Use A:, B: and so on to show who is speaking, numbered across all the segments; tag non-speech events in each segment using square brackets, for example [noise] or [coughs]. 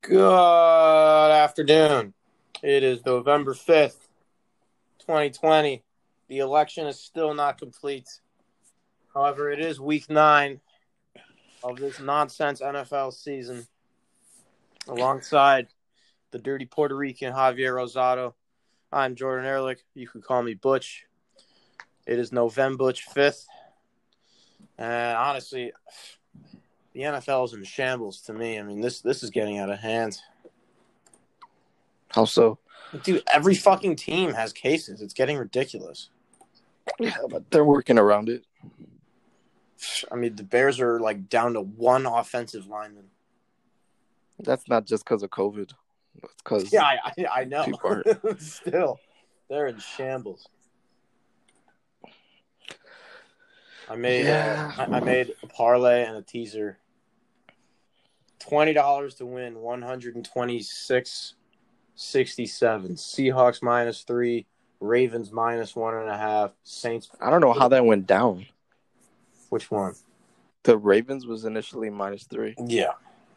A: Good afternoon. It is November 5th, 2020. The election is still not complete. However, it is week nine of this nonsense NFL season. Alongside the dirty Puerto Rican Javier Rosado, I'm Jordan Ehrlich. You can call me Butch. It is November Butch 5th. And honestly, the NFL is in shambles to me. I mean, this this is getting out of hand.
B: How so?
A: Dude, every fucking team has cases. It's getting ridiculous.
B: Yeah, [laughs] but they're working around it.
A: I mean, the Bears are like down to one offensive lineman. [laughs]
B: That's not just because of COVID. That's because
A: Yeah, I, I, I know.
B: People
A: [laughs] Still, they're in shambles. I made
B: Yeah.
A: uh, I, I made a parlay and a teaser. Twenty dollars to win one hundred and twenty six sixty seven. Seahawks minus three, Ravens minus one and a half, Saints.
B: I don't know how that went down.
A: Which one?
B: The Ravens was initially minus three.
A: Yeah,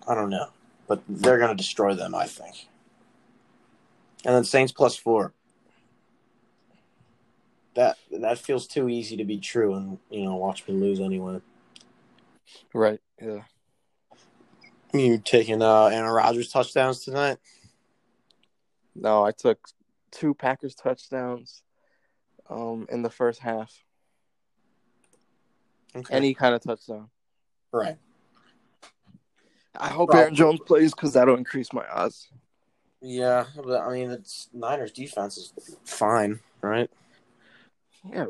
A: I don't know, but they're gonna destroy them, I think. And then Saints plus four. That that feels too easy to be true, and you know, watch me lose anyway.
B: Right. Yeah.
A: You taking uh, Aaron Rodgers touchdowns tonight?
B: No, I took two Packers touchdowns um in the first half.
A: Okay,
B: Any kind of touchdown.
A: right.
B: I hope
A: Bro.
B: Aaron Jones plays because that'll increase my odds.
A: Yeah, but I mean, it's Niners defense is fine, right?
B: Yeah.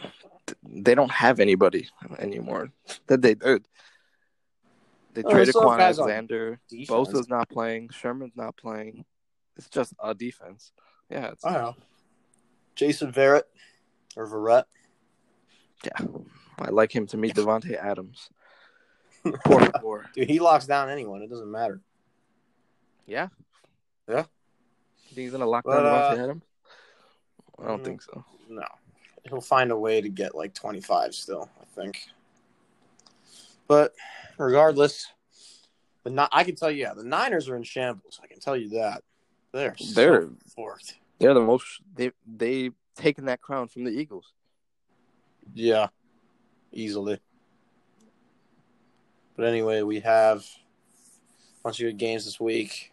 B: th- They don't have anybody anymore that they did. They
A: Oh,
B: traded
A: so
B: Quan
A: guys on
B: Alexander.
A: Defense.
B: Bosa's not playing. Sherman's not playing. It's just a defense. Yeah, it's,
A: I know. Oh, Jason Verrett or Verrett.
B: yeah. I like him to meet Devonte Adams.
A: [laughs]
B: Poor four.
A: Dude, he locks down anyone. It doesn't matter.
B: Yeah.
A: Yeah.
B: You think he's gonna lock
A: But,
B: down
A: uh,
B: Devontae Adams? I don't
A: mm.
B: think so.
A: No. He'll find a way to get like 25 still, I think. But regardless, the Ni- I can tell you, yeah, the Niners are in shambles. I can tell you that. They're so
B: They're-
A: forked.
B: They're the most they they taken that crown from the Eagles.
A: Yeah, easily. But anyway, we have a bunch of good games this week.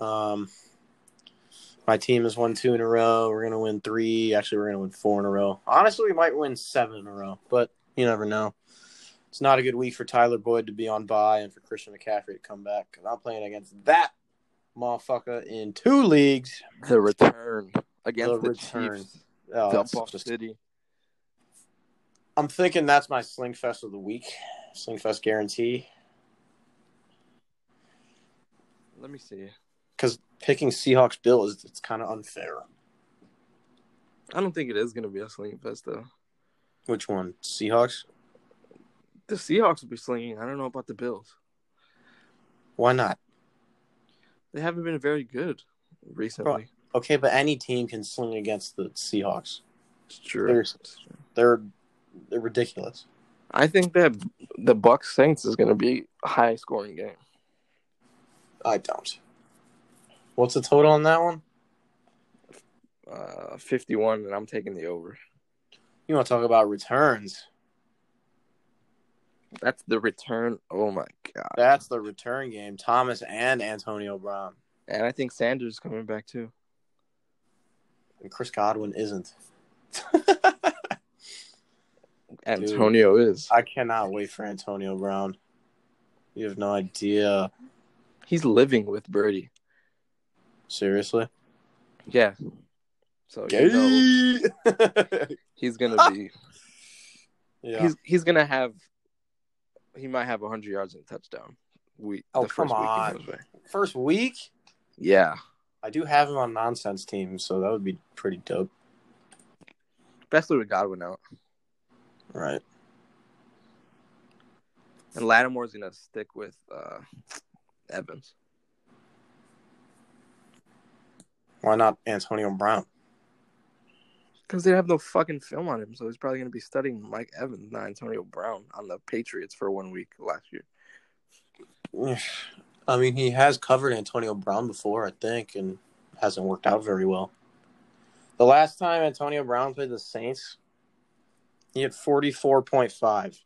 A: Um, my team has won two in a row. We're gonna win three. Actually, we're gonna win four in a row. Honestly, we might win seven in a row, but you never know. It's not a good week for Tyler Boyd to be on bye and for Christian McCaffrey to come back because I'm playing against that motherfucker in two leagues.
B: The return against
A: The
B: the,
A: return.
B: Chiefs.
A: Oh,
B: Dump
A: that's
B: off
A: just-
B: city.
A: I'm thinking that's my Sling Fest of the week. Sling Fest guarantee.
B: Let me see.
A: Because picking Seahawks Bill is it's kind of unfair.
B: I don't think it is gonna be a slinging fest though.
A: Which one? Seahawks?
B: The Seahawks will be slinging. I don't know about the Bills.
A: Why not?
B: They haven't been very good recently.
A: Okay, but any team can sling against the Seahawks.
B: It's true.
A: There's- They're they're ridiculous.
B: I think that the Bucks Saints is going to be a high scoring game.
A: I don't. What's the total on that one?
B: Uh, 51 and I'm taking the over.
A: You want to talk about returns?
B: That's the return. Oh my god.
A: That's the return game. Thomas and Antonio Brown
B: And I think Sanders is coming back too.
A: and Chris Godwin [laughs] isn't.
B: Antonio is.
A: I cannot wait for Antonio Brown. You have no idea.
B: He's living with Birdie.
A: Seriously.
B: Yeah. So you know, he's going to be
A: [laughs] Ah! yeah.
B: he's he's going to have he might have 100 yards and a touchdown. We
A: Oh,
B: the first
A: come
B: week he
A: on.
B: goes back.
A: First week.
B: Yeah.
A: I do have him on nonsense team, so that would be pretty dope.
B: Especially with Godwin out.
A: Right.
B: And Lattimore's going to stick with uh Evans.
A: Why not Antonio Brown?
B: Because they have no fucking film on him, so he's probably gonna be studying Mike Evans, not Antonio Brown, on the Patriots for one week last year.
A: I I mean, he has covered Antonio Brown before, I think, and hasn't worked out very well. The last time Antonio Brown played the Saints, he had 44.5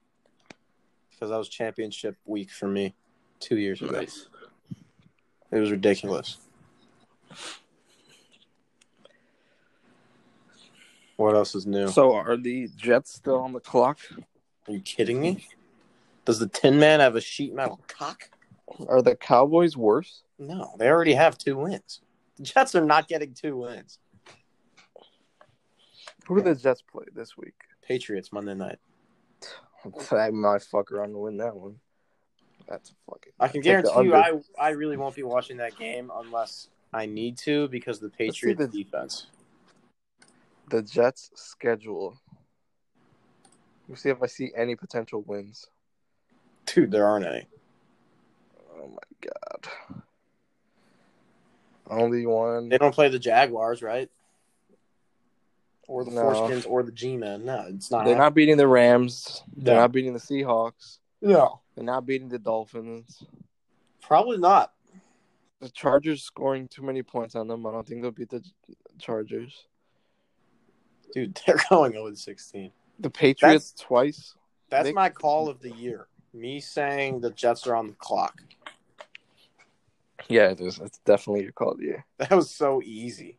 A: because that was championship week for me two years ago.
B: Nice.
A: It was ridiculous. What else is new?
B: So are the Jets still on the clock?
A: Are you kidding me? Does the Tin Man have a sheet metal cock?
B: Are the Cowboys worse?
A: No, they already have two wins. The Jets are not getting two wins.
B: Who do the Jets play this week?
A: Patriots Monday night.
B: I might fuck around and win that one. That's a fucking.
A: I can
B: Take the
A: guarantee you,
B: under.
A: I I really won't be watching that game unless I need to because the
B: Let's see
A: Patriots
B: the-
A: defense.
B: the Jets' schedule. We'll see if I see any potential wins.
A: Dude, there aren't any.
B: Oh my god! Only one.
A: They don't play the Jaguars, right? Or the
B: No.
A: Foreskins or the G Men. No, it's not.
B: They're not beating the Rams. They're
A: No.
B: not beating the Seahawks.
A: No,
B: They're not beating the Dolphins.
A: probably not.
B: The Chargers scoring too many points on them. I don't think they'll beat the Chargers.
A: Dude, [laughs] they're going 0 16.
B: The Patriots twice.
A: That's
B: They-
A: my call of the year. Me saying the Jets are on the clock.
B: Yeah, it is. It's definitely your call of the year.
A: That was so easy.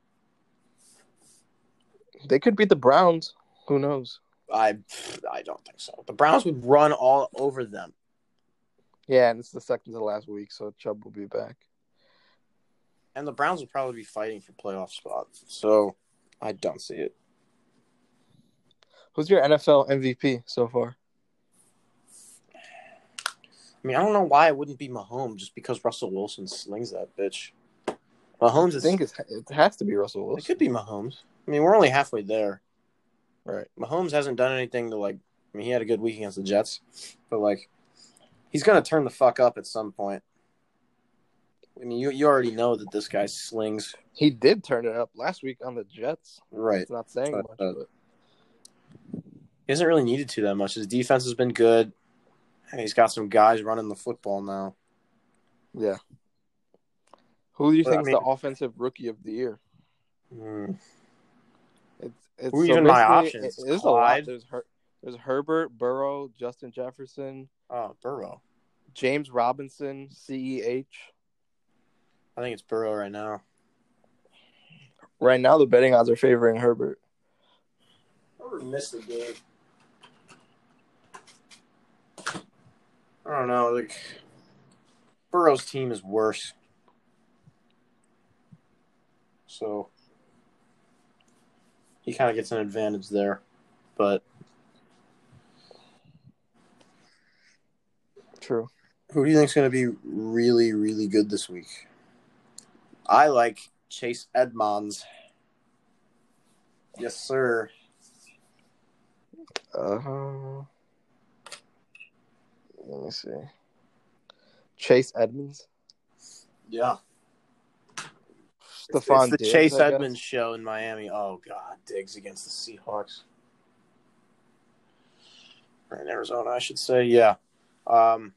B: They could beat the Browns. Who knows?
A: I I don't think so. The Browns would run all over them.
B: Yeah, and it's the second to last week, so Chubb will be back.
A: And the Browns would probably be fighting for playoff spots. So I don't see it.
B: Who's your NFL MVP so far?
A: I mean, I don't know why it wouldn't be Mahomes just because Russell Wilson slings that bitch. Mahomes
B: I
A: is
B: think it's, it has to be Russell
A: it
B: Wilson.
A: could be Mahomes. I mean, we're only halfway there.
B: Right.
A: Mahomes hasn't done anything to like I mean, he had a good week against the Jets, but like he's gonna turn the fuck up at some point. I mean, you you already know that this guy slings
B: He did turn it up last week on the Jets.
A: right.
B: It's not saying
A: Uh,
B: much, but
A: He hasn't really needed to that much. His defense has been good, and he's got some guys running the football now.
B: yeah. Who do you
A: Well, I
B: think is
A: mean-
B: the offensive rookie of the year?
A: Hmm.
B: It's, it's
A: Who are even my
B: basically,
A: options?
B: It, it is a lot.
A: Clyde?
B: There's, Her, there's Herbert, Burrow, Justin Jefferson,
A: Oh, Burrow.
B: James Robinson, E CEH.
A: I think it's Burrow right now.
B: Right now, the betting odds are favoring Herbert.
A: I missed the game. I don't know. Like Burrow's team is worse. So he kind of gets an advantage there. But
B: True.
A: who do you think's going to be really, really good this week? I like Chase Edmonds. Yes, sir.
B: Uh, let me see. Chase Edmonds.
A: Yeah. It's-
B: Stephon
A: it's the
B: Diggs,
A: Chase
B: I guess.
A: Edmonds show in Miami. Oh God, Diggs against the Seahawks. Or in Arizona, I should say. Yeah. Um,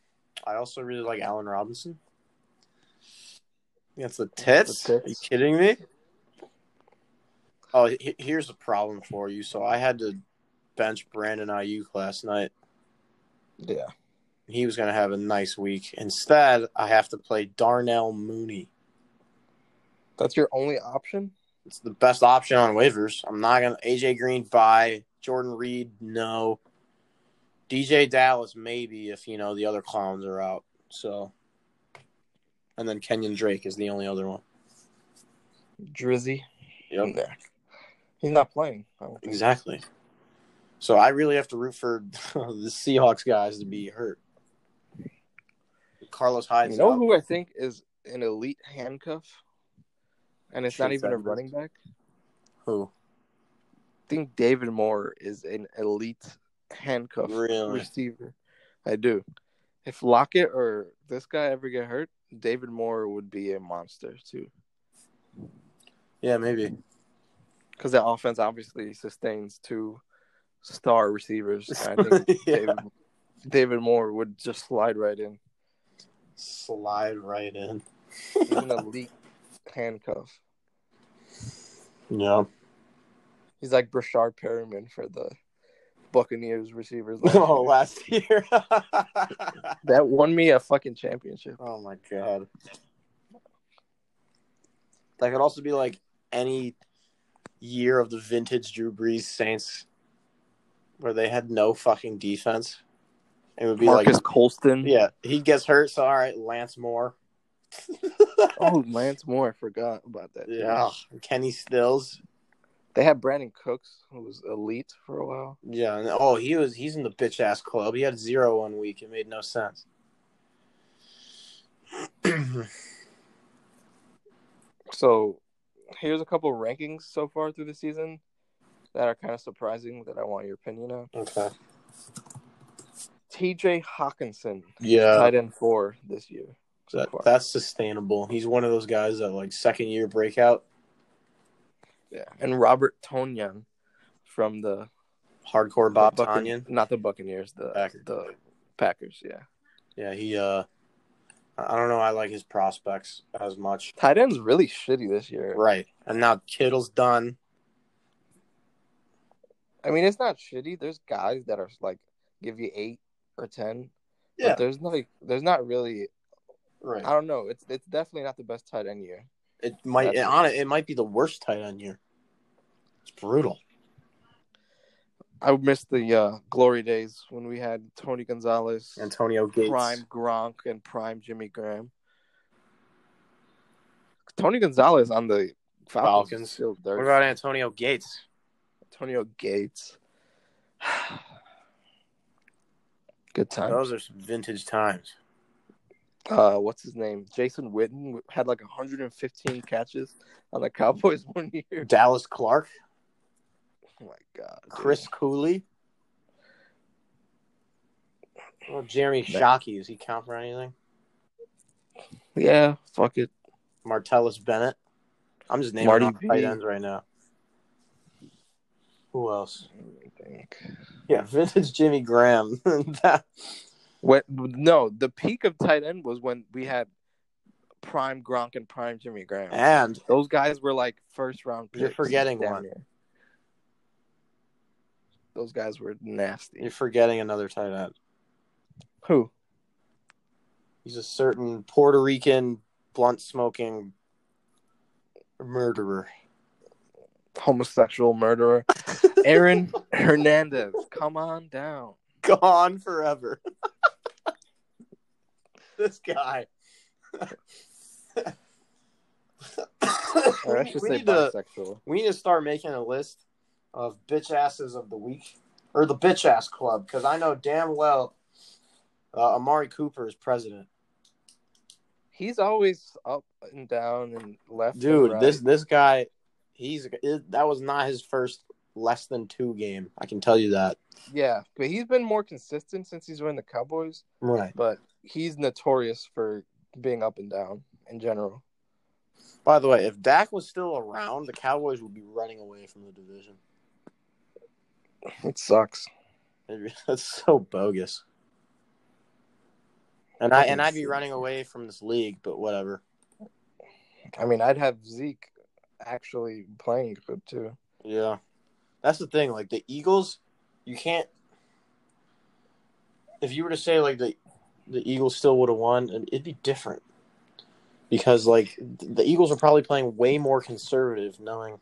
A: I also really like Allen Robinson. That's the tits.
B: The tits.
A: Are you kidding me? Oh, he- here's a problem for you. So I had to bench Brandon Ayuk last night.
B: Yeah.
A: He was going to have a nice week. Instead, I have to play Darnell Mooney.
B: That's your only option?
A: it's the best option on waivers. I'm not gonna AJ Green buy Jordan Reed. No, DJ Dallas maybe if you know the other clowns are out. So, and then Kenyon Drake is the only other one.
B: Drizzy.
A: Yep,
B: there. He's not playing. I don't think.
A: exactly. So I really have to root for [laughs] the Seahawks guys to be hurt. Carlos Hyde.
B: You know who I think is an elite handcuff? And it's not
A: Chase
B: even a
A: Edmonds.
B: running back.
A: who?
B: I think David Moore is an elite handcuff
A: Really?
B: receiver. I do. If Lockett or this guy ever get hurt, David Moore would be a monster too.
A: Yeah, maybe. [laughs]
B: Because that offense obviously sustains two star receivers. And I think
A: [laughs] Yeah.
B: David, David Moore would just slide right in.
A: Slide right in. [laughs]
B: He's an elite handcuff.
A: Yeah.
B: He's like Brashard Perriman for the Buccaneers receivers.
A: [laughs]
B: last
A: Oh,
B: year.
A: last year. [laughs]
B: That won me a fucking championship.
A: oh my god. That could also be like any year of the vintage Drew Brees Saints, where they had no fucking defense. It would be
B: Marcus
A: like,
B: Colston.
A: yeah, he gets hurt. So all right, Lance Moore.
B: Oh, Lance Moore. I forgot about that. dude.
A: Yeah, Kenny Stills.
B: They had Brandon Cooks, who was elite for a while.
A: Yeah. and- Oh, he was. He's in the bitch ass club. He had zero one week. It made no sense. [clears throat]
B: So here's a couple rankings so far through the season that are kind of surprising that I want your opinion on.
A: okay.
B: TJ Hawkinson,
A: Yeah.
B: tight end four this year. So
A: That,
B: far.
A: that's sustainable. He's one of those guys that like second year breakout,
B: yeah. And Robert Tonyan from the
A: hardcore Bob Uh,
B: the Bucca-
A: Tanyan.
B: Not the Buccaneers, the
A: Packers.
B: the Packers, yeah.
A: Yeah, he. uh I I don't know. I like his prospects as much.
B: Tight end's really shitty this year.
A: Right, and now Kittle's done.
B: I mean, it's not shitty. There's guys that are like give you eight or ten.
A: Yeah.
B: But there's like there's not really
A: Right.
B: I don't know. It's it's definitely not the best tight end year.
A: It might. It,
B: That's-
A: on it, it might be the worst tight end year. It's brutal.
B: I miss the uh, glory days when we had Tony Gonzalez,
A: Antonio Gates.
B: prime Gronk, and prime Jimmy Graham. Tony Gonzalez on the Falcons,
A: Falcons.
B: is still
A: What
B: dirty.
A: about Antonio Gates?
B: Antonio Gates. [sighs] Good time.
A: Those are some vintage times.
B: Uh, what's his name? Jason Witten had like 115 catches on the Cowboys [laughs] one year.
A: Dallas Clark,
B: Oh my God, dude.
A: Chris Cooley. Well, Jeremy Shockey, does he count for anything?
B: Yeah, fuck it.
A: Martellus Bennett. I'm just naming
B: Marty
A: off
B: B.
A: tight ends right now. Who else?
B: Let me think.
A: Yeah, vintage Jimmy Graham. [laughs] That-
B: When no, the peak of tight end was when we had prime Gronk and prime Jimmy Graham.
A: and
B: Those guys were like first round.
A: You're
B: picks,
A: forgetting
B: damn
A: one.
B: near. Those guys were
A: you're
B: nasty.
A: forgetting another tight end.
B: Who?
A: He's a certain Puerto Rican blunt smoking murderer. [laughs]
B: Homosexual murderer. Aaron Hernandez. Come on down.
A: Gone forever. [laughs] this guy.
B: Or I
A: [laughs]
B: should
A: We
B: say
A: need to-
B: bisexual.
A: We need to start making a list of bitch asses of the week or the bitch ass club because I know damn well uh, Amari Cooper is president.
B: He's always up and down and left. and
A: Dude,
B: right.
A: this this guy, he's it, that was not his first less than two game. I can tell you that.
B: Yeah, but he's been more consistent since he's been the Cowboys.
A: Right.
B: But he's notorious for being up and down in general.
A: By the way, if Dak was still around, the Cowboys would be running away from the division.
B: It sucks.
A: [laughs] That's so bogus. And I and I'd be
B: Fucking
A: running away from this league, but whatever.
B: I mean, I'd have Zeke actually playing good too.
A: Yeah. That's the thing. Like the Eagles, you can't if you were to say like the the Eagles still would have won, and it'd be different. Because like the Eagles are probably playing way more conservative, knowing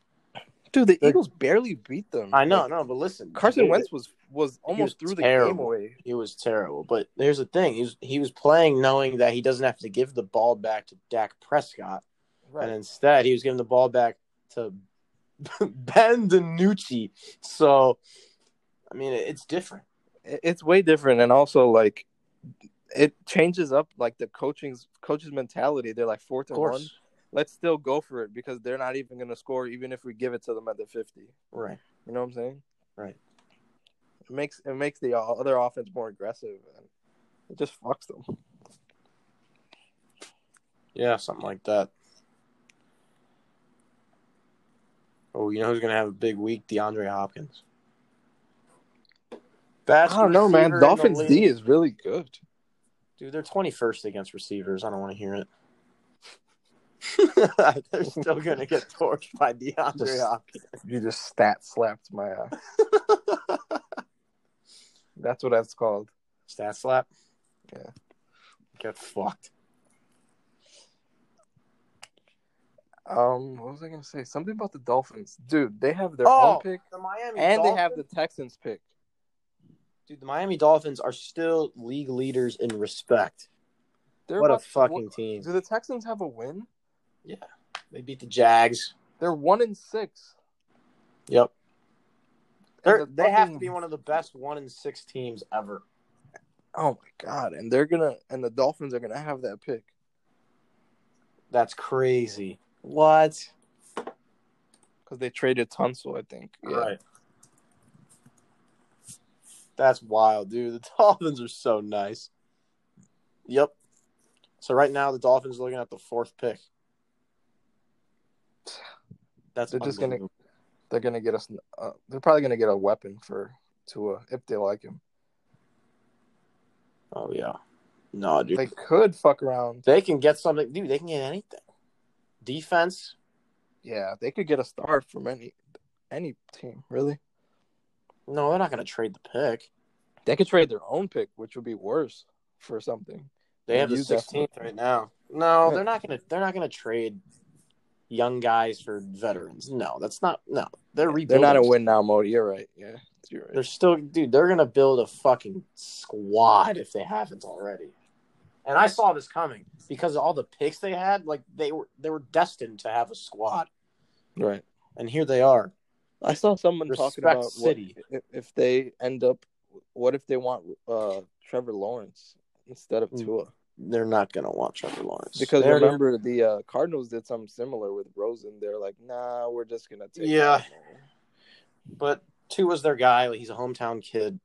B: Dude, the
A: They're-
B: Eagles barely beat them.
A: I know,
B: Like,
A: no, but listen,
B: Carson
A: dude,
B: Wentz was was almost
A: was
B: threw the game
A: terrible.
B: away.
A: he was terrible. But here's the thing: he was he was playing knowing that he doesn't have to give the ball back to Dak Prescott,
B: Right.
A: and instead he was giving the ball back to [laughs] Ben DiNucci. So, I mean, it's different.
B: It- it's way different, and also like it changes up like the coaching's coach's mentality. They're like fourth
A: Of
B: and one.
A: course,
B: Let's still go for it because they're not even going to score, even if we give it to them at the fifty.
A: right?
B: You know what I'm saying?
A: Right.
B: It makes it makes the o- other offense more aggressive, and it just fucks them.
A: Yeah, something like that. Oh, you know who's gonna have a big week? DeAndre Hopkins. Best
B: I don't know, man.
A: receiver in the
B: Dolphins D
A: league.
B: is really good.
A: Dude, they're 21st against receivers. I don't want to hear it. [laughs]
B: [laughs]
A: they're still going to get torched by DeAndre
B: Just-
A: Hopkins.
B: You just stat slapped my uh, ass. [laughs] That's what that's called.
A: Stat slap?
B: Yeah.
A: Get fucked.
B: Um, what was I gonna say? Something about the Dolphins, dude. They have their
A: Oh,
B: own pick,
A: The Miami
B: and
A: Dolphins,
B: they have the Texans pick.
A: dude, the Miami Dolphins are still league leaders in respect.
B: They're
A: what a
B: about-
A: fucking
B: what-
A: team.
B: Do the Texans have a win?
A: They beat the Jags.
B: They're one in six.
A: Yep. They're,
B: And the
A: they have to
B: fucking-
A: be one of the best one in six teams ever.
B: Oh my god! And they're gonna, and the Dolphins are gonna have that pick.
A: That's crazy. What?
B: because they traded Tunsil, I think. Yeah.
A: Right. That's wild, dude. The [laughs] Dolphins are so nice. Yep. So right now the Dolphins are looking at the fourth pick. That's
B: They're just gonna-
A: unbelievable.
B: They're gonna get us. Uh, they're probably gonna get a weapon for Tua if they like him.
A: Oh yeah. No, dude.
B: They could fuck around.
A: they can get something, dude. They can get anything. Defense.
B: Yeah, they could get a star from any any team. Really,
A: No, they're not gonna trade the pick.
B: they could trade their own pick, which would be worse for something.
A: They have the
B: You
A: sixteenth right now. No,
B: Yeah.
A: they're not gonna. They're not gonna trade young guys for veterans. No, that's not. No, they're rebuilding.
B: They're not in win now mode. You're right. Yeah, you're
A: They're
B: right.
A: still, dude. They're gonna build a fucking squad if they haven't already. And I saw this coming because of all the picks they had. Like they were, they were destined to have a squad,
B: Right.
A: and here they are.
B: I saw someone talking
A: Respect
B: about what-
A: City.
B: if- if they end up. What if they want uh, Trevor Lawrence instead of
A: Mm.
B: Tua?
A: They're not gonna want Trevor Lawrence
B: Because
A: They're-
B: remember, the uh, Cardinals did something similar with Rosen. They're like, nah, we're just going to take
A: Yeah.
B: him."
A: but two was their guy. Like, he's a hometown kid.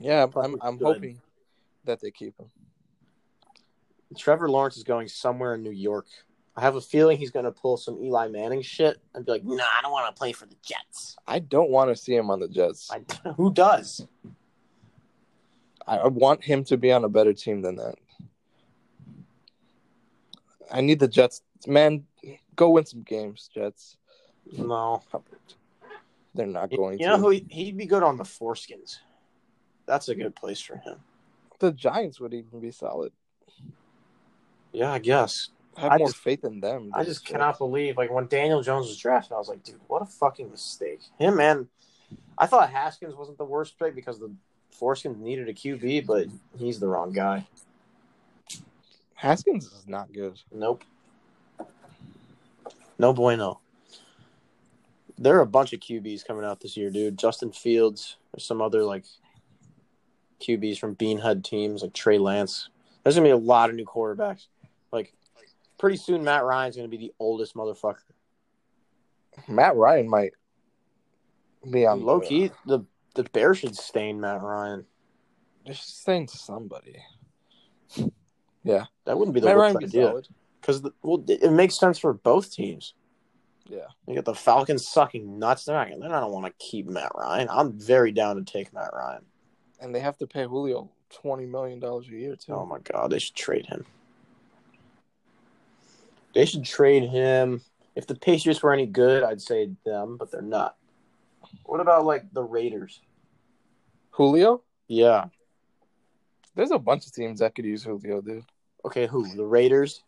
B: Yeah, I'm, I'm,
A: Fucking
B: I'm
A: good.
B: hoping that they keep him.
A: Trevor Lawrence is going somewhere in New York. I have a feeling he's gonna pull some Eli Manning shit and be like, "Nah, I don't want to play for the Jets."
B: I don't want to see him on the Jets.
A: I, [laughs] who does?
B: I, I want him to be on a better team than that. I need the Jets. Man, go win some games, Jets.
A: No.
B: They're not going
A: you
B: to.
A: know who he, he'd be good on the foreskins. That's a good place for him.
B: the Giants would even be solid.
A: Yeah, I guess.
B: I have
A: I
B: more
A: just-
B: faith in them.
A: I
B: than
A: just
B: the Jets.
A: cannot believe like when Daniel Jones was drafted, I was like, dude, what a fucking mistake. Him and I thought Haskins wasn't the worst pick because the foreskins needed a QB, but he's the wrong guy.
B: Haskins is not good.
A: Nope. No bueno. There are a bunch of QBs coming out this year, dude. Justin Fields, or some other like QBs from Beanhead teams like Trey Lance. There's gonna be a lot of new quarterbacks. Like pretty soon Matt Ryan's gonna be the oldest motherfucker.
B: Matt Ryan might be on
A: Low
B: the-
A: key, the the Bears should stain Matt Ryan.
B: They're just saying somebody.
A: That wouldn't be the
B: Matt Ryan
A: worst
B: be
A: idea
B: solid.
A: because well, it it makes sense for both teams.
B: Yeah.
A: You got the Falcons sucking nuts. They're not. They're not want to keep Matt Ryan. I'm very down to take Matt Ryan.
B: And they have to pay Julio twenty million dollars a year too.
A: Oh my god, they should trade him. They should trade him. If the Patriots were any good, I'd say them, but they're not. What about like the Raiders?
B: Julio?
A: Yeah.
B: There's a bunch of teams that could use Julio, dude.
A: Okay, who? The Raiders?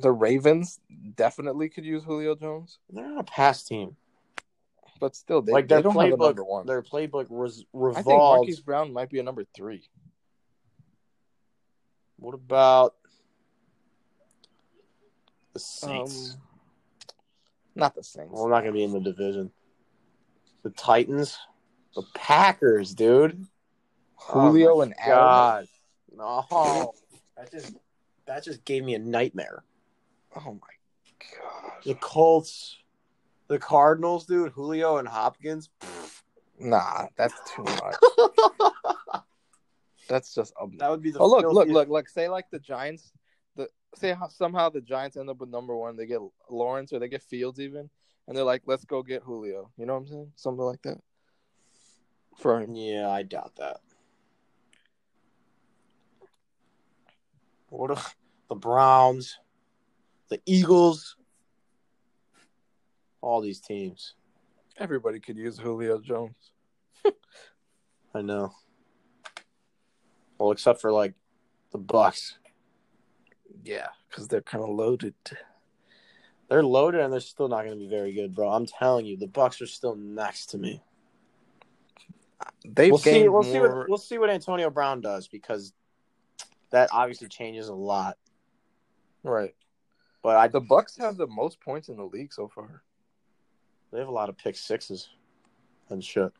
B: The Ravens definitely could use Julio Jones,
A: They're not a pass team.
B: but still, they,
A: like
B: they
A: their
B: don't have a
A: playbook,
B: number one.
A: their playbook res-
B: I think
A: revolves.
B: Marquise Brown might be a number three.
A: What about the Saints?
B: Um, not the Saints.
A: well, I'm not gonna be in the division. The Titans, the Packers, dude.
B: Julio and Allen.
A: God, no, that just that just gave me a nightmare.
B: Oh my
A: The
B: god.
A: Colts, the Cardinals, dude. Julio and Hopkins.
B: Nah, that's too much. that's just obnoxious.
A: That would be the.
B: oh look, look,
A: filthiest-
B: look, look! Say like the Giants, the say how, somehow the Giants end up with number one. They get Lawrence or they get Fields even, and they're like, "Let's go get Julio." You know what I'm saying? Something like that. For him,
A: Yeah, I doubt that. What if the Browns, the Eagles, all these teams?
B: Everybody could use Julio Jones.
A: I know. Well, except for like the Bucks,
B: Yeah, because they're kind of loaded.
A: they're loaded and they're still not going to be very good, bro. I'm telling you, the Bucks are still next to me.
B: They've
A: we'll see.
B: gained
A: We'll see.
B: more-
A: What, we'll see what Antonio Brown does because that obviously changes a lot.
B: right.
A: But I
B: The Bucks have the most points in the league so far.
A: they have a lot of pick sixes and shit.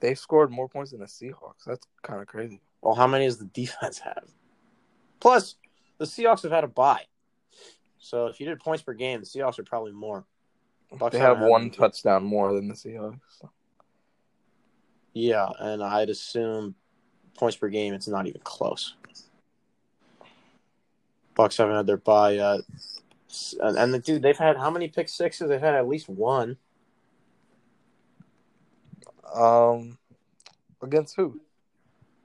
B: They've scored more points than the Seahawks. That's kind of crazy.
A: Well, how many does the defense have? Plus, the Seahawks have had a bye, so if you did points per game, the Seahawks are probably more. Bucks
B: They have
A: haven't had
B: one
A: any.
B: touchdown more than the Seahawks.
A: Yeah, and I'd assume points per game, it's not even close. Bucks haven't had their bye yet. S- And, and the, dude, they've had how many pick sixes? They've had at least one.
B: Um, against who?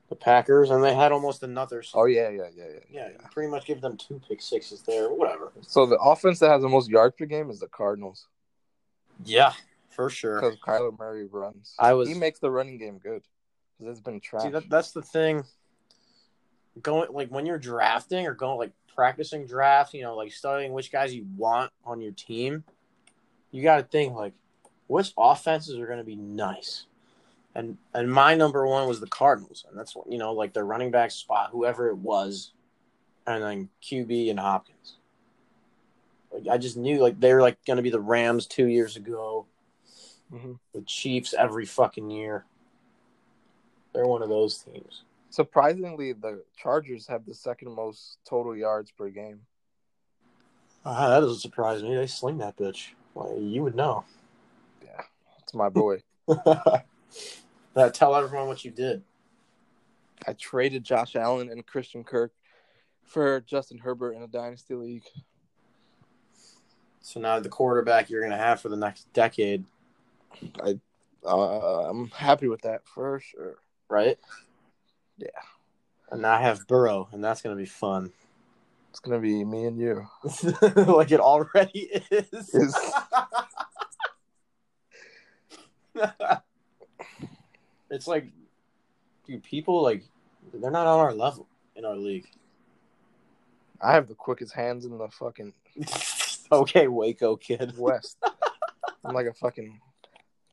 A: The Packers, and they had almost another. So
B: Oh yeah, yeah, yeah, yeah.
A: yeah, you pretty much give them two pick sixes there. Whatever.
B: So the offense that has the most yards per game is the Cardinals
A: Yeah, for sure.
B: because Kyler Murray runs.
A: I was-
B: he makes the running game good because it's been trash.
A: See, that, that's the thing. Going like when you're drafting or going like practicing drafts, you know, like studying which guys you want on your team, you got to think like which offenses are going to be nice. And and my number one was the Cardinals, and that's what you know, like their running back spot, whoever it was, and then QB and Hopkins. Like I just knew like they were like going to be the Rams two years ago,
B: Mhm.
A: the Chiefs every fucking year. They're one of those teams.
B: Surprisingly, the Chargers have the second most total yards per game.
A: Ah, that doesn't surprise me. They sling that bitch. Like, you would know. [laughs]
B: Yeah, it's my boy.
A: that tell everyone what you did.
B: [laughs] I traded Josh Allen and Christian Kirk for Justin Herbert in a dynasty league.
A: So now the quarterback you're gonna have for the next decade,
B: Uh, I'm happy with that for sure.
A: right?
B: Yeah.
A: And I have Burrow, and that's gonna be fun. [laughs]
B: It's gonna be me and you.
A: like it already is.
B: Yes.
A: [laughs] it's like, dude, people like they're not on our level in our league. [laughs]
B: I have the quickest hands in the fucking
A: okay, Waco kid.
B: [laughs] West. I'm like a fucking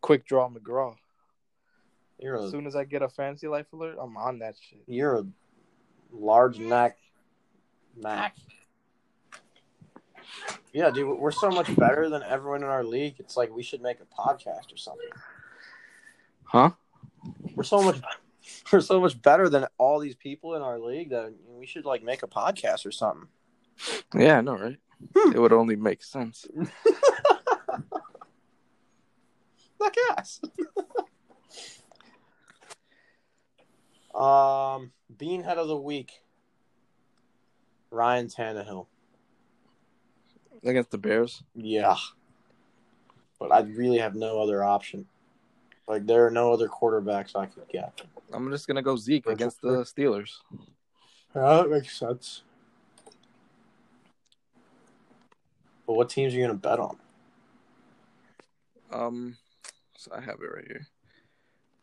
B: quick draw McGraw.
A: You're
B: As
A: a
B: soon as I get a fantasy life alert, I'm on that shit.
A: you're a large neck Mac. Yeah, dude, we're so much better than everyone in our league. It's like we should make a podcast or something.
B: Huh?
A: We're so much [laughs] we're so much better than all these people in our league that we should like make a podcast or something.
B: Yeah, I know, right? it would only make sense.
A: Like us. [laughs] um, beanhead of the week. Ryan Tannehill.
B: Against the Bears.
A: Yeah. But I really have no other option. Like there are no other quarterbacks I could get.
B: I'm just gonna go Zeke
A: against
B: against the Steelers.
A: Yeah, Oh, that makes sense. But what teams are you gonna bet on?
B: Um so I have it right here.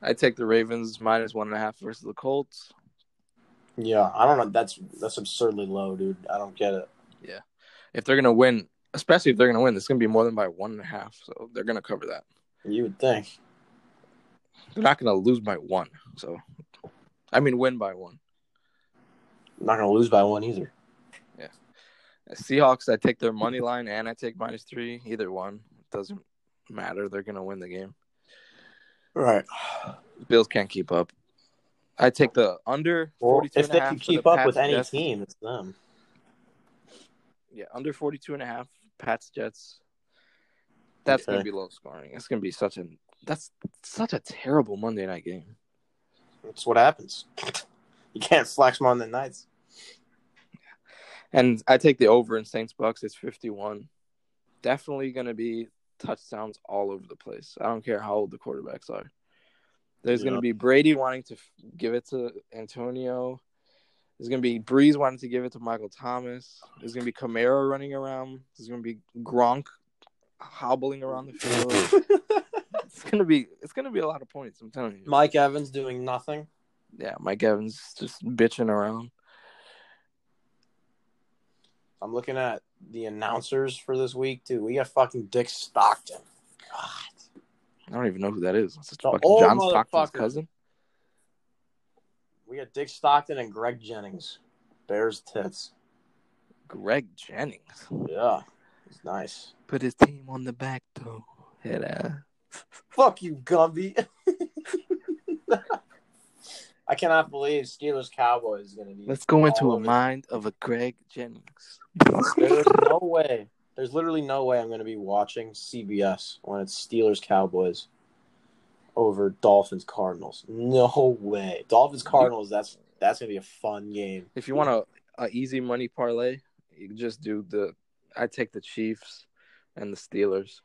B: I take the Ravens minus one and a half versus the Colts.
A: Yeah, I don't know. That's that's absurdly low, dude. I don't get it.
B: If they're gonna win, especially if they're gonna win, it's gonna be more than by one and a half. So they're gonna cover that.
A: You would think.
B: They're not gonna lose by one. So I mean win by one.
A: I'm not gonna lose by one either.
B: Seahawks, I take their money line and I take minus three. Either one doesn't matter. They're gonna win the game.
A: Right.
B: Bills can't keep up. I take the under
A: Well,
B: 42
A: if
B: and a
A: they
B: half
A: can
B: for
A: keep
B: the
A: up with
B: Pats
A: any
B: Jets.
A: team, it's them.
B: Yeah, under 42 and a half Pats Jets. That's
A: Okay.
B: going to be low scoring. It's going to be such an that's such a terrible Monday night game.
A: That's what happens. [laughs] You can't flex Monday nights.
B: And I take the over in Saints Bucks. It's 51. Definitely going to be touchdowns all over the place. I don't care how old the quarterbacks are. There's going
A: Yeah.
B: to be Brady wanting to f- give it to Antonio. There's gonna be Breeze wanting to give it to Michael Thomas. There's gonna be Camaro running around. There's gonna be Gronk hobbling around
A: [laughs]
B: the field. it's gonna be it's gonna be a lot of points. I'm telling you.
A: Mike Evans doing nothing.
B: yeah, Mike Evans just bitching around.
A: I'm looking at the announcers for this week too. We got fucking Dick Stockton. God.
B: I don't even know who that is. It's
A: The
B: fucking
A: old
B: John Stockton's
A: motherfucker.
B: cousin.
A: We got Dick Stockton and Greg Jennings. Bears tits.
B: Greg Jennings.
A: Yeah. It's nice.
B: Put his team on the back though. Head out.
A: Fuck you, Gumby. [laughs] I cannot believe Steelers Cowboys is gonna be
B: Let's go into
A: All
B: a
A: of it.
B: mind of a Greg [laughs] Jennings.
A: There's no way. There's literally no way I'm going to be watching CBS when it's Steelers Cowboys over Dolphins Cardinals. No way. Dolphins Cardinals. That's that's going to be a fun game.
B: If you want a, a easy money parlay, you can just do the. I take the Chiefs and the Steelers,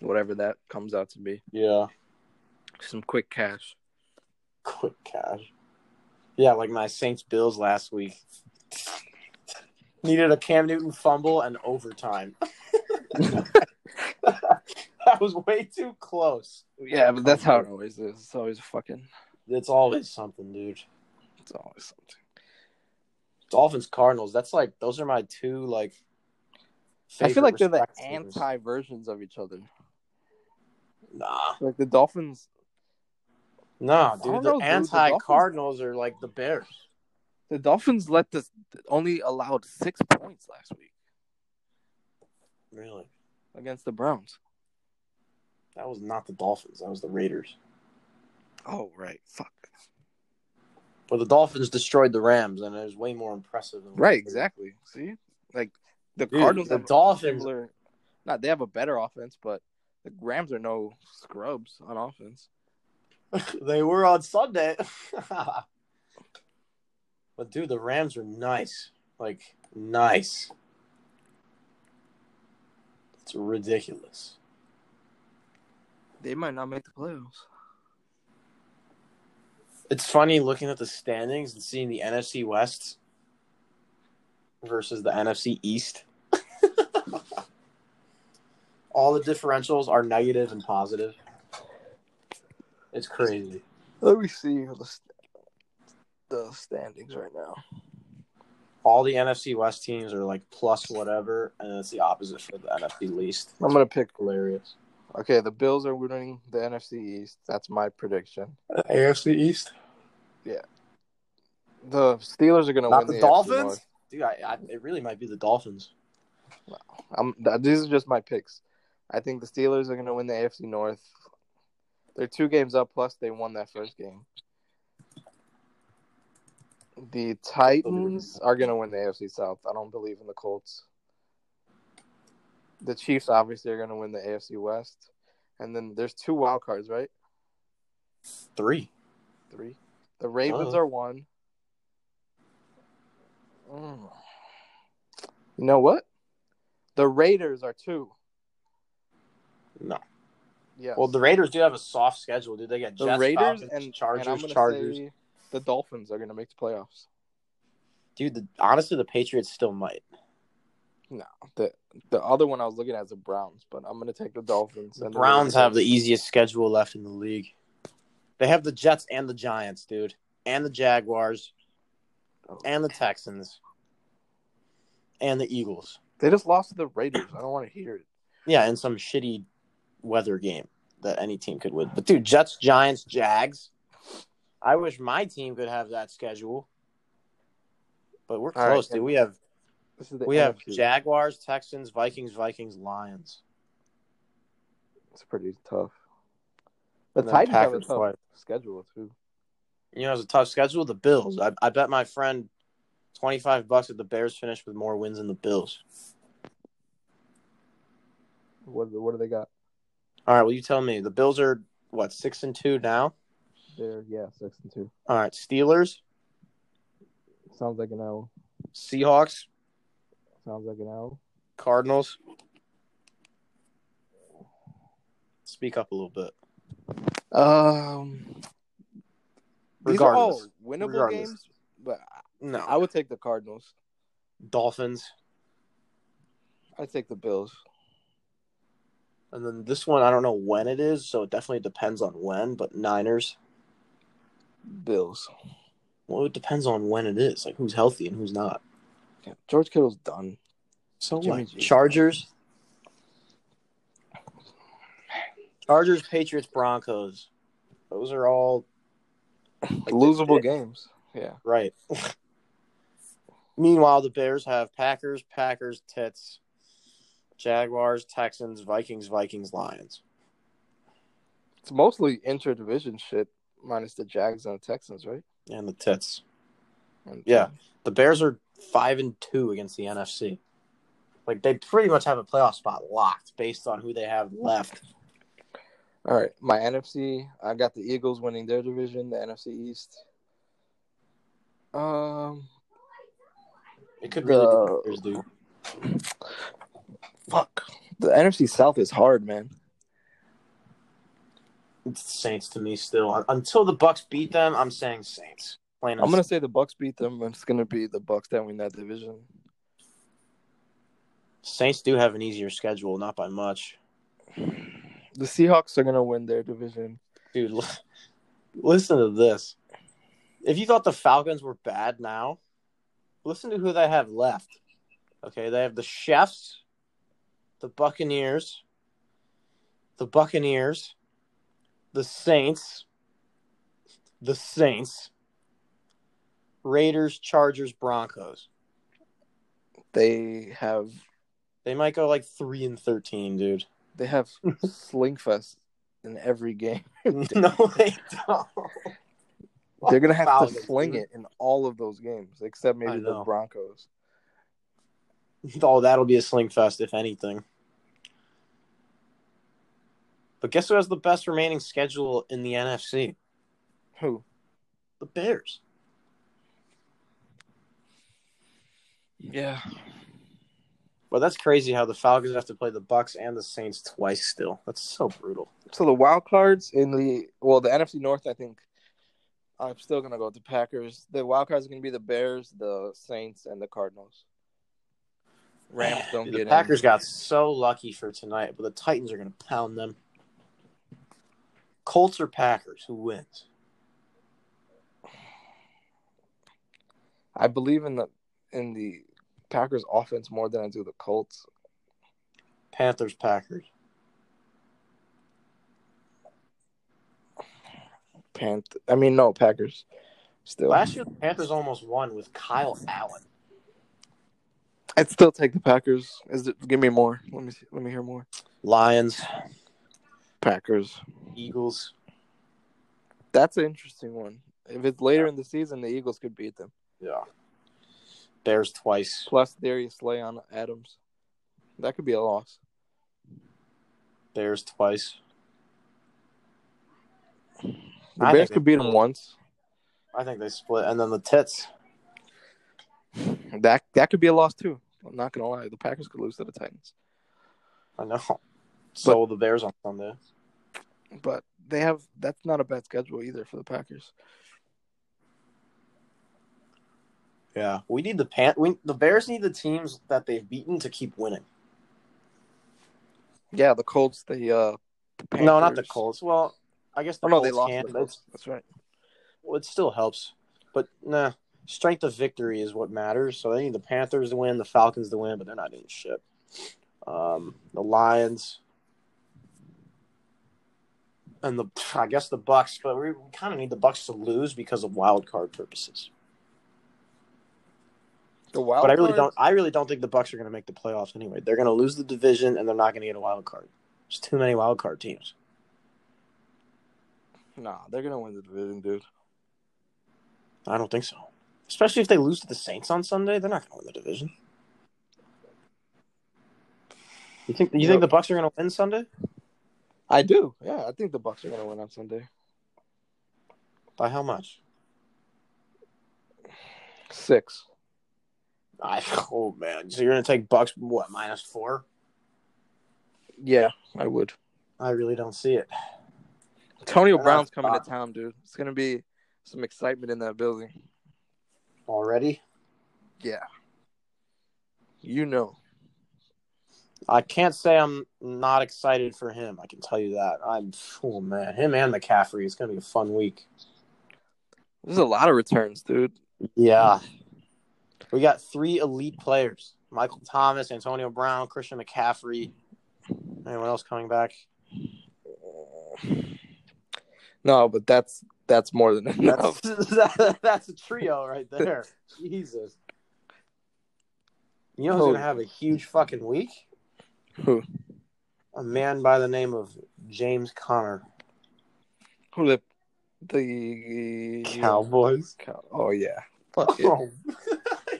B: whatever that comes out to be.
A: Yeah.
B: Some quick cash.
A: Quick cash. Yeah, like my Saints Bills last week. [laughs] Needed a Cam Newton fumble and overtime. [laughs] that was way too close.
B: Yeah, but that's how it always is. It's always fucking.
A: It's always something, dude.
B: It's always something.
A: Dolphins Cardinals. That's like those are my two like.
B: I feel like they're
A: favorite
B: the
A: respect teams.
B: anti versions of each other.
A: Nah,
B: Like the Dolphins,
A: nah,
B: don't
A: dude.
B: know,
A: The
B: dude. The
A: anti Cardinals are like the Bears.
B: the Dolphins let this only allowed six points last week
A: Really,
B: against the Browns.
A: that was not the Dolphins. That was the Raiders.
B: Oh right, fuck.
A: But the Dolphins destroyed the Rams, and it was way more impressive. Than
B: Right, exactly. See, like the
A: Dude,
B: Cardinals,
A: the
B: have a
A: Dolphins-
B: similar- Not they have a better offense, but the Rams are no scrubs on offense.
A: they were on Sunday. [laughs] but dude, the Rams are nice. Like nice. It's ridiculous.
B: They might not make the playoffs.
A: It's funny looking at the standings and seeing the NFC West versus the NFC East. [laughs] All the differentials are negative and positive. It's crazy.
B: Let me see the st- the standings right now.
A: All the NFC West teams are like plus whatever, and it's the opposite for the NFC least.
B: I'm gonna pick.
A: Hilarious.
B: Okay, the Bills are winning the NFC East. That's my prediction.
A: AFC East?
B: The Steelers are gonna
A: Not
B: win
A: the
B: AFC
A: Dolphins?
B: North.
A: Dude, I, I, it really might be the Dolphins.
B: I'm, th- these are just my picks. I think the Steelers are going to win the AFC North. They're two games up, plus they won that first game. The Titans are going to win the AFC South. I don't believe in the Colts. The Chiefs obviously are going to win the AFC West. And then there's two wild cards, right?
A: Three.
B: Three. The Ravens
A: Oh.
B: are one. Mm. You know what? The Raiders are two.
A: No.
B: Yeah.
A: Well, the Raiders do have a soft schedule, dude. They got
B: the
A: Jets,
B: Raiders
A: Falcons,
B: and
A: Chargers,
B: and I'm gonna
A: Chargers.
B: say the Dolphins are going to make the playoffs.
A: Dude, the, honestly, the Patriots still might.
B: The the other one I was looking at is the Browns, but I'm going to take the Dolphins.
A: The
B: and
A: Browns have the
B: Ravens.
A: easiest schedule left in the league. They have the Jets and the Giants, dude, and the Jaguars,
B: Oh.
A: and the Texans, and the Eagles.
B: They just lost to the Raiders. I don't want to hear it.
A: Yeah, and some shitty weather game that any team could win. But dude, Jets, Giants, Jags. I wish my team could have that schedule. But we're
B: All right,
A: close, dude.
B: and
A: We have
B: This is the
A: we have
B: NFC.
A: Jaguars, Texans, Vikings, Vikings, Lions.
B: It's pretty tough. The
A: And then
B: Titans have a
A: Packers
B: tough
A: twice.
B: schedule too.
A: you know, it's a tough schedule. The Bills. I, I bet my friend twenty five bucks that the Bears finish with more wins than the Bills.
B: What what do they got?
A: All right, well, you tell me. The Bills are what six and two now.
B: They're yeah, six and two.
A: All right, Steelers,
B: Sounds like an L.
A: Seahawks,
B: Sounds like an L.
A: Cardinals. Speak up a little bit.
B: Um, these are all
A: Regardless.
B: winnable
A: Regardless.
B: games. But
A: No,
B: I would take the Cardinals.
A: Dolphins.
B: I'd take the Bills.
A: And then this one, I don't know when it is, so it definitely depends on when. But Niners,
B: Bills.
A: well, it depends on when it is, like who's healthy and who's not.
B: Yeah, George Kittle's done.
A: So
B: Jimmy
A: what?
B: G.
A: Chargers, Chargers, Patriots, Broncos. Those are all
B: Losable games. Yeah.
A: right. [laughs] Meanwhile, the Bears have Packers, Packers, Tits, Jaguars, Texans, Vikings, Vikings, Lions.
B: It's mostly interdivision shit, minus the Jags and the Texans, right?
A: And the Tits.
B: And-
A: Yeah. The Bears are five and two against the NFC. Like they pretty much have a playoff spot locked based on who they have left.
B: All right. My NFC, I got the Eagles winning their division, the NFC East. Um,
A: It could really be
B: The-
A: the Bears, dude.
B: fuck. The NFC South is hard, man.
A: It's the Saints to me still. Until the Bucks beat them, I'm saying Saints. Plain
B: I'm gonna say the Bucks beat them, and it's gonna be the Bucks that win that division.
A: Saints do have an easier schedule, not by much,
B: The Seahawks are gonna win their division.
A: dude. l- Listen to this. If you thought the Falcons were bad now, listen to who they have left. Okay, they have the Chefs, the Buccaneers, the Buccaneers, the Saints, the Saints, Raiders, Chargers, Broncos.
B: They have
A: They might go like three and thirteen, dude. [laughs]
B: they have Slingfest in every game.
A: no, they don't.
B: They're gonna have
A: Falcons,
B: to sling
A: dude.
B: it in all of those games, except
A: I
B: maybe the
A: know.
B: Broncos.
A: Oh, that'll be a sling fest, if anything. But guess who has the best remaining schedule in the NFC?
B: Who?
A: The Bears.
B: Yeah.
A: But that's crazy how the Falcons have to play the Bucks and the Saints twice still. That's so brutal.
B: So the wild cards in the well, the NFC North, I think I'm still gonna go with the Packers. The wild cards are gonna be the Bears, the Saints, and the Cardinals. Rams don't
A: Dude,
B: get
A: the
B: in.
A: Packers got so lucky for tonight, but the Titans are going to pound them. Colts or Packers? Who wins?
B: I believe in the in the Packers offense more than I do the Colts.
A: Panthers, Packers.
B: Panth I mean no Packers. Still
A: Last year, the Panthers almost won with Kyle Allen.
B: I'd still take the Packers. Is it, give me more. Let me see, let me hear more.
A: Lions,
B: Packers.
A: Eagles.
B: That's an interesting one. If it's later in the season, the Eagles could beat them.
A: Yeah. Bears twice.
B: Plus Darius Slay on Adams. That could be a loss.
A: Bears twice.
B: The
A: I
B: Bears
A: think-
B: could beat them once.
A: I think they split. And then the Tits.
B: That that could be a loss too. I'm not gonna lie. The Packers could lose to the Titans,
A: I know. So will the Bears on Sunday.
B: but they have that's not a bad schedule either for the Packers.
A: Yeah. We need the pan- we, the Bears need the teams that they've beaten to keep winning.
B: Yeah, the Colts. The uh, the
A: No, not the
B: Panthers.
A: Colts. Well, I guess the
B: Oh no,
A: Colts
B: they lost.
A: can.
B: to the
A: but
B: Colts.
A: it's-
B: That's right.
A: well, it still helps. But nah, strength of victory is what matters. So they need the Panthers to win, the Falcons to win, but they're not doing shit. Um, the Lions and the I guess the Bucks, but we, we kind of need the Bucks to lose because of wild card purposes.
B: The wild.
A: but I really don't.
B: cards-
A: I really don't think the Bucks are going to make the playoffs anyway. They're going to lose the division and they're not going to get a wild card. There's too many wild card teams.
B: Nah, they're gonna win the division, dude.
A: I don't think so. Especially if they lose to the Saints on Sunday, they're not going to win the division. You think? You
B: Yep.
A: think the Bucks are going to win Sunday
B: I do. Yeah, I think the Bucks are gonna win on Sunday.
A: by how much?
B: Six.
A: I oh man, so you're going to take Bucks what minus four?
B: Yeah, I would.
A: I really don't see it.
B: Antonio
A: Yeah,
B: Brown's
A: that's
B: coming
A: fine.
B: to town, dude. It's gonna be some excitement in that building.
A: already.
B: Yeah. You know.
A: I can't say I'm not excited for him. I can tell you that. I'm, oh man, him and McCaffrey. It's gonna be a fun week.
B: There's a lot of returns, dude.
A: Yeah, we got three elite players: Michael Thomas, Antonio Brown, Christian McCaffrey. Anyone else coming back?
B: No, but that's that's more than enough. [laughs]
A: That's [laughs] that, that's a trio right there. Jesus. You know who's
B: Holy-
A: gonna have a huge fucking week?
B: Who?
A: A man by the name of James Conner.
B: Who the the
A: Cowboys.
B: Cow- Oh yeah.
A: [laughs]
B: Fuck it.
A: Oh,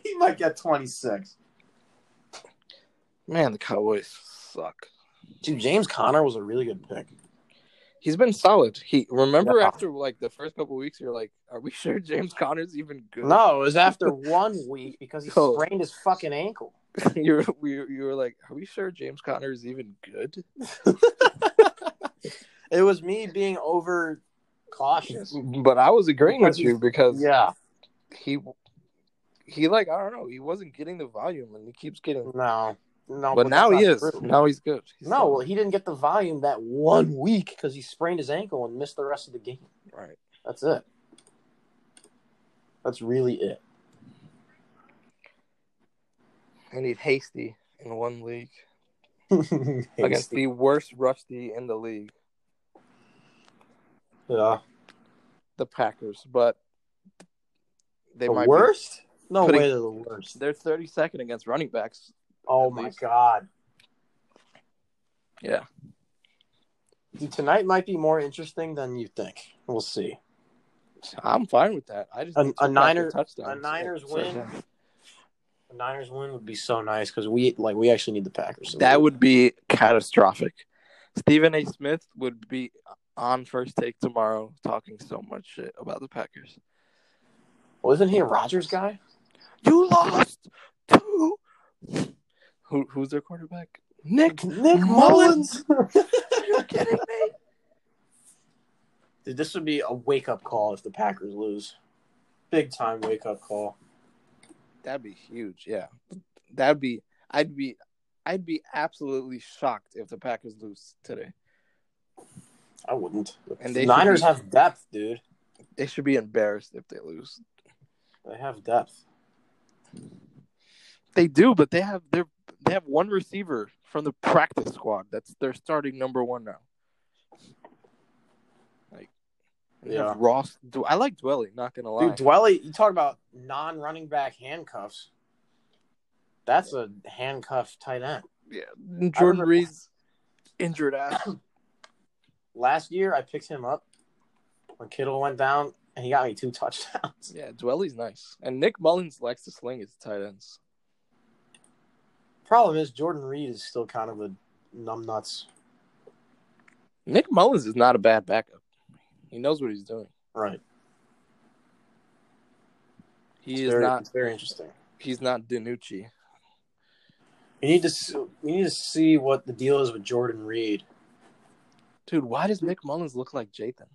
A: he might get twenty six.
B: Man, the Cowboys suck.
A: Dude, James Conner was a really good pick.
B: He's been solid. He remember
A: Yeah.
B: after like the first couple weeks, you're like, are we sure James Conner's even good? Oh.
A: No, it was after one week because he
B: No.
A: sprained his fucking ankle.
B: [laughs] you were we, you were like, are we sure James Conner is even good?
A: It was me being over cautious.
B: But I was agreeing
A: Because
B: with you
A: he's-
B: because
A: Yeah.
B: he he like I don't know, he wasn't getting the volume and he keeps getting.
A: No. No.
B: but now
A: that's
B: he
A: not
B: is.
A: true.
B: Now he's good. He's
A: No, well, he didn't get the volume that one week because he sprained his ankle and missed the rest of the game.
B: All right.
A: That's it. That's really it. [laughs]
B: I need Hasty in one league against
A: Hasty.
B: the worst rusty in the league,
A: yeah.
B: the Packers. But they
A: The
B: might
A: worst? No
B: putting-
A: way they're the worst.
B: Be, they're thirty second against running backs.
A: Oh
B: At
A: my
B: least.
A: god.
B: Yeah.
A: Dude, tonight might be more interesting than you think. We'll see.
B: I'm fine with that. I just
A: A-
B: need
A: a
B: two
A: Niner-
B: Packer touchdowns.
A: a Niners
B: So-
A: win. The Niners win would be so nice because we like we actually need the Packers.
B: That would be catastrophic. Stephen A. Smith would be on first take tomorrow talking so much shit about the Packers.
A: wasn't he a Rogers guy?
B: You lost two. Who, who's their quarterback? Nick.
A: Nick
B: Mullins?
A: Mullins.
B: You're kidding me.
A: [laughs] Dude, this would be a wake up call if the Packers lose. Big time wake up call.
B: [laughs] That'd be huge. Yeah. That'd be. I'd be. I'd be absolutely shocked if the Packers lose today.
A: I wouldn't.
B: And
A: And
B: they
A: the Niners
B: should
A: have depth, dude.
B: They should be embarrassed if they lose.
A: They have depth.
B: They do, but they have their they have one receiver from the practice squad. That's their starting number one now. Like, they have
A: Yeah.
B: Ross. Du- I like Dwelly. Not gonna lie.
A: Dude, Dwelly, you talk about non running back handcuffs. That's a handcuff tight end.
B: yeah,
A: I
B: Jordan
A: remember-
B: Reed's injured ass.
A: Last year, I picked him up when Kittle went down, and he got me two [laughs] touchdowns.
B: [coughs] yeah, Dwelly's nice, and Nick Mullins likes to sling his tight ends.
A: Problem is, Jordan Reed is still kind of a numbnuts.
B: Nick Mullins is not a bad backup. He knows what he's doing.
A: Right.
B: He
A: It's
B: is
A: very,
B: not.
A: it's very interesting.
B: He's not Danucci.
A: We need to s- we need to see what the deal is with Jordan Reed.
B: Dude, why does Nick Mullins look like Jathan?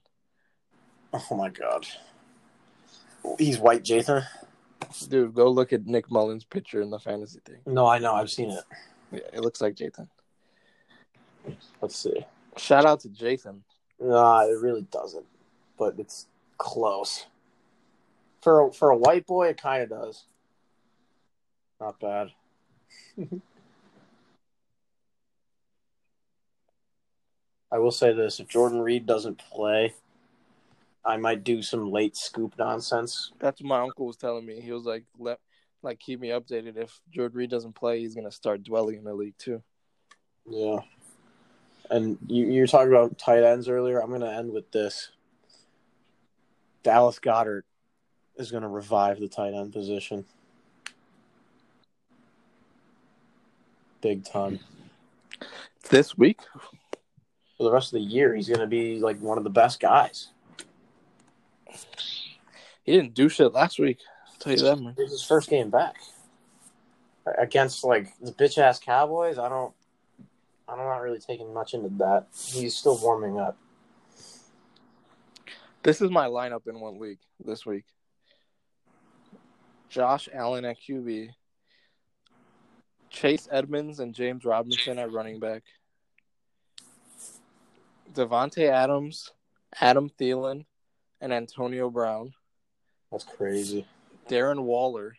A: Oh my god. He's white, Jathan.
B: Dude, go look at Nick Mullins' picture in the fantasy thing.
A: No, I know. I've seen it.
B: Yeah, it looks like Jathan.
A: Let's see.
B: Shout out to Jason.
A: Nah, it really doesn't, but it's close. For a, for a white boy, it kind of does. Not bad. [laughs] I will say this: if Jordan Reed doesn't play, I might do some late scoop nonsense.
B: That's what my uncle was telling me. He was like, "Let, like, keep me updated. If Jordan Reed doesn't play, he's gonna start dwelling in the league too."
A: Yeah. And you, you were talking about tight ends earlier. I'm going to end with this. Dallas Goddard is going to revive the tight end position. Big time.
B: This week,
A: For the rest of the year, he's going to be like one of the best guys.
B: he didn't do shit last week. I'll tell you that man.
A: This is his first game back against like the bitch ass Cowboys. I don't, I'm not really taking much into that. He's still warming up.
B: This is my lineup in one league this week. Josh Allen at QB, Chase Edmonds and James Robinson at running back, Devontae Adams, Adam Thielen, and Antonio Brown,
A: That's crazy.
B: Darren Waller.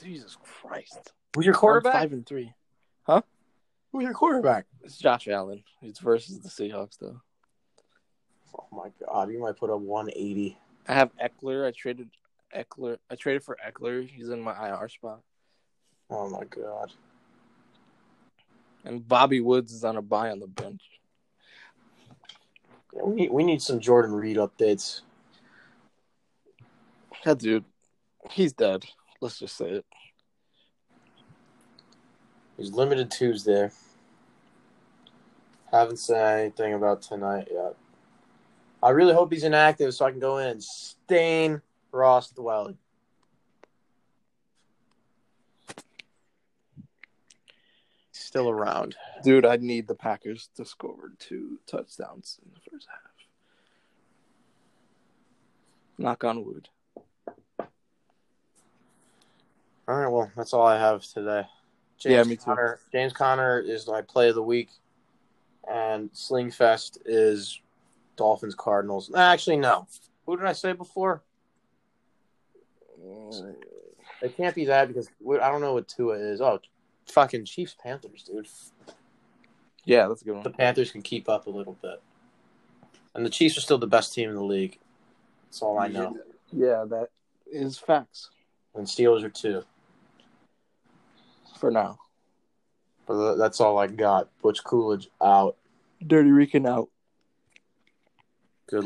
B: Jesus Christ!
A: Who's your
B: I'm five and three.
A: Who's your quarterback?
B: It's Josh Allen. It's versus the Seahawks though.
A: Oh my god, you might put up 180.
B: I have Eckler. I traded Eckler. I traded for Eckler. He's in my IR spot.
A: Oh my god.
B: And Bobby Woods is on a buy on the bench.
A: Yeah, we need, we need some Jordan Reed updates.
B: That dude, he's dead. Let's just say it.
A: He's limited Tuesday. Haven't said anything about tonight yet. I really hope he's inactive so I can go in and stain Ross Dwelly. Still around.
B: Dude, I need the Packers to score two touchdowns in the first half. Knock on wood.
A: All right, well, that's all I have today.
B: Yeah, me too.
A: Conner, James Conner is my play of the week, and Slingfest is Dolphins Cardinals. Actually, no. Who did I say before? It can't be that because we- I don't know what Tua is. Oh, fucking Chiefs Panthers, dude.
B: Yeah, that's a good
A: The
B: one.
A: Panthers can keep up a little bit, and the Chiefs are still the best team in the league. That's all I know.
B: Yeah, that is facts
A: And Steelers are two.
B: for now.
A: But th- that's all I got. Butch Coolidge out.
B: Dirty Rican out.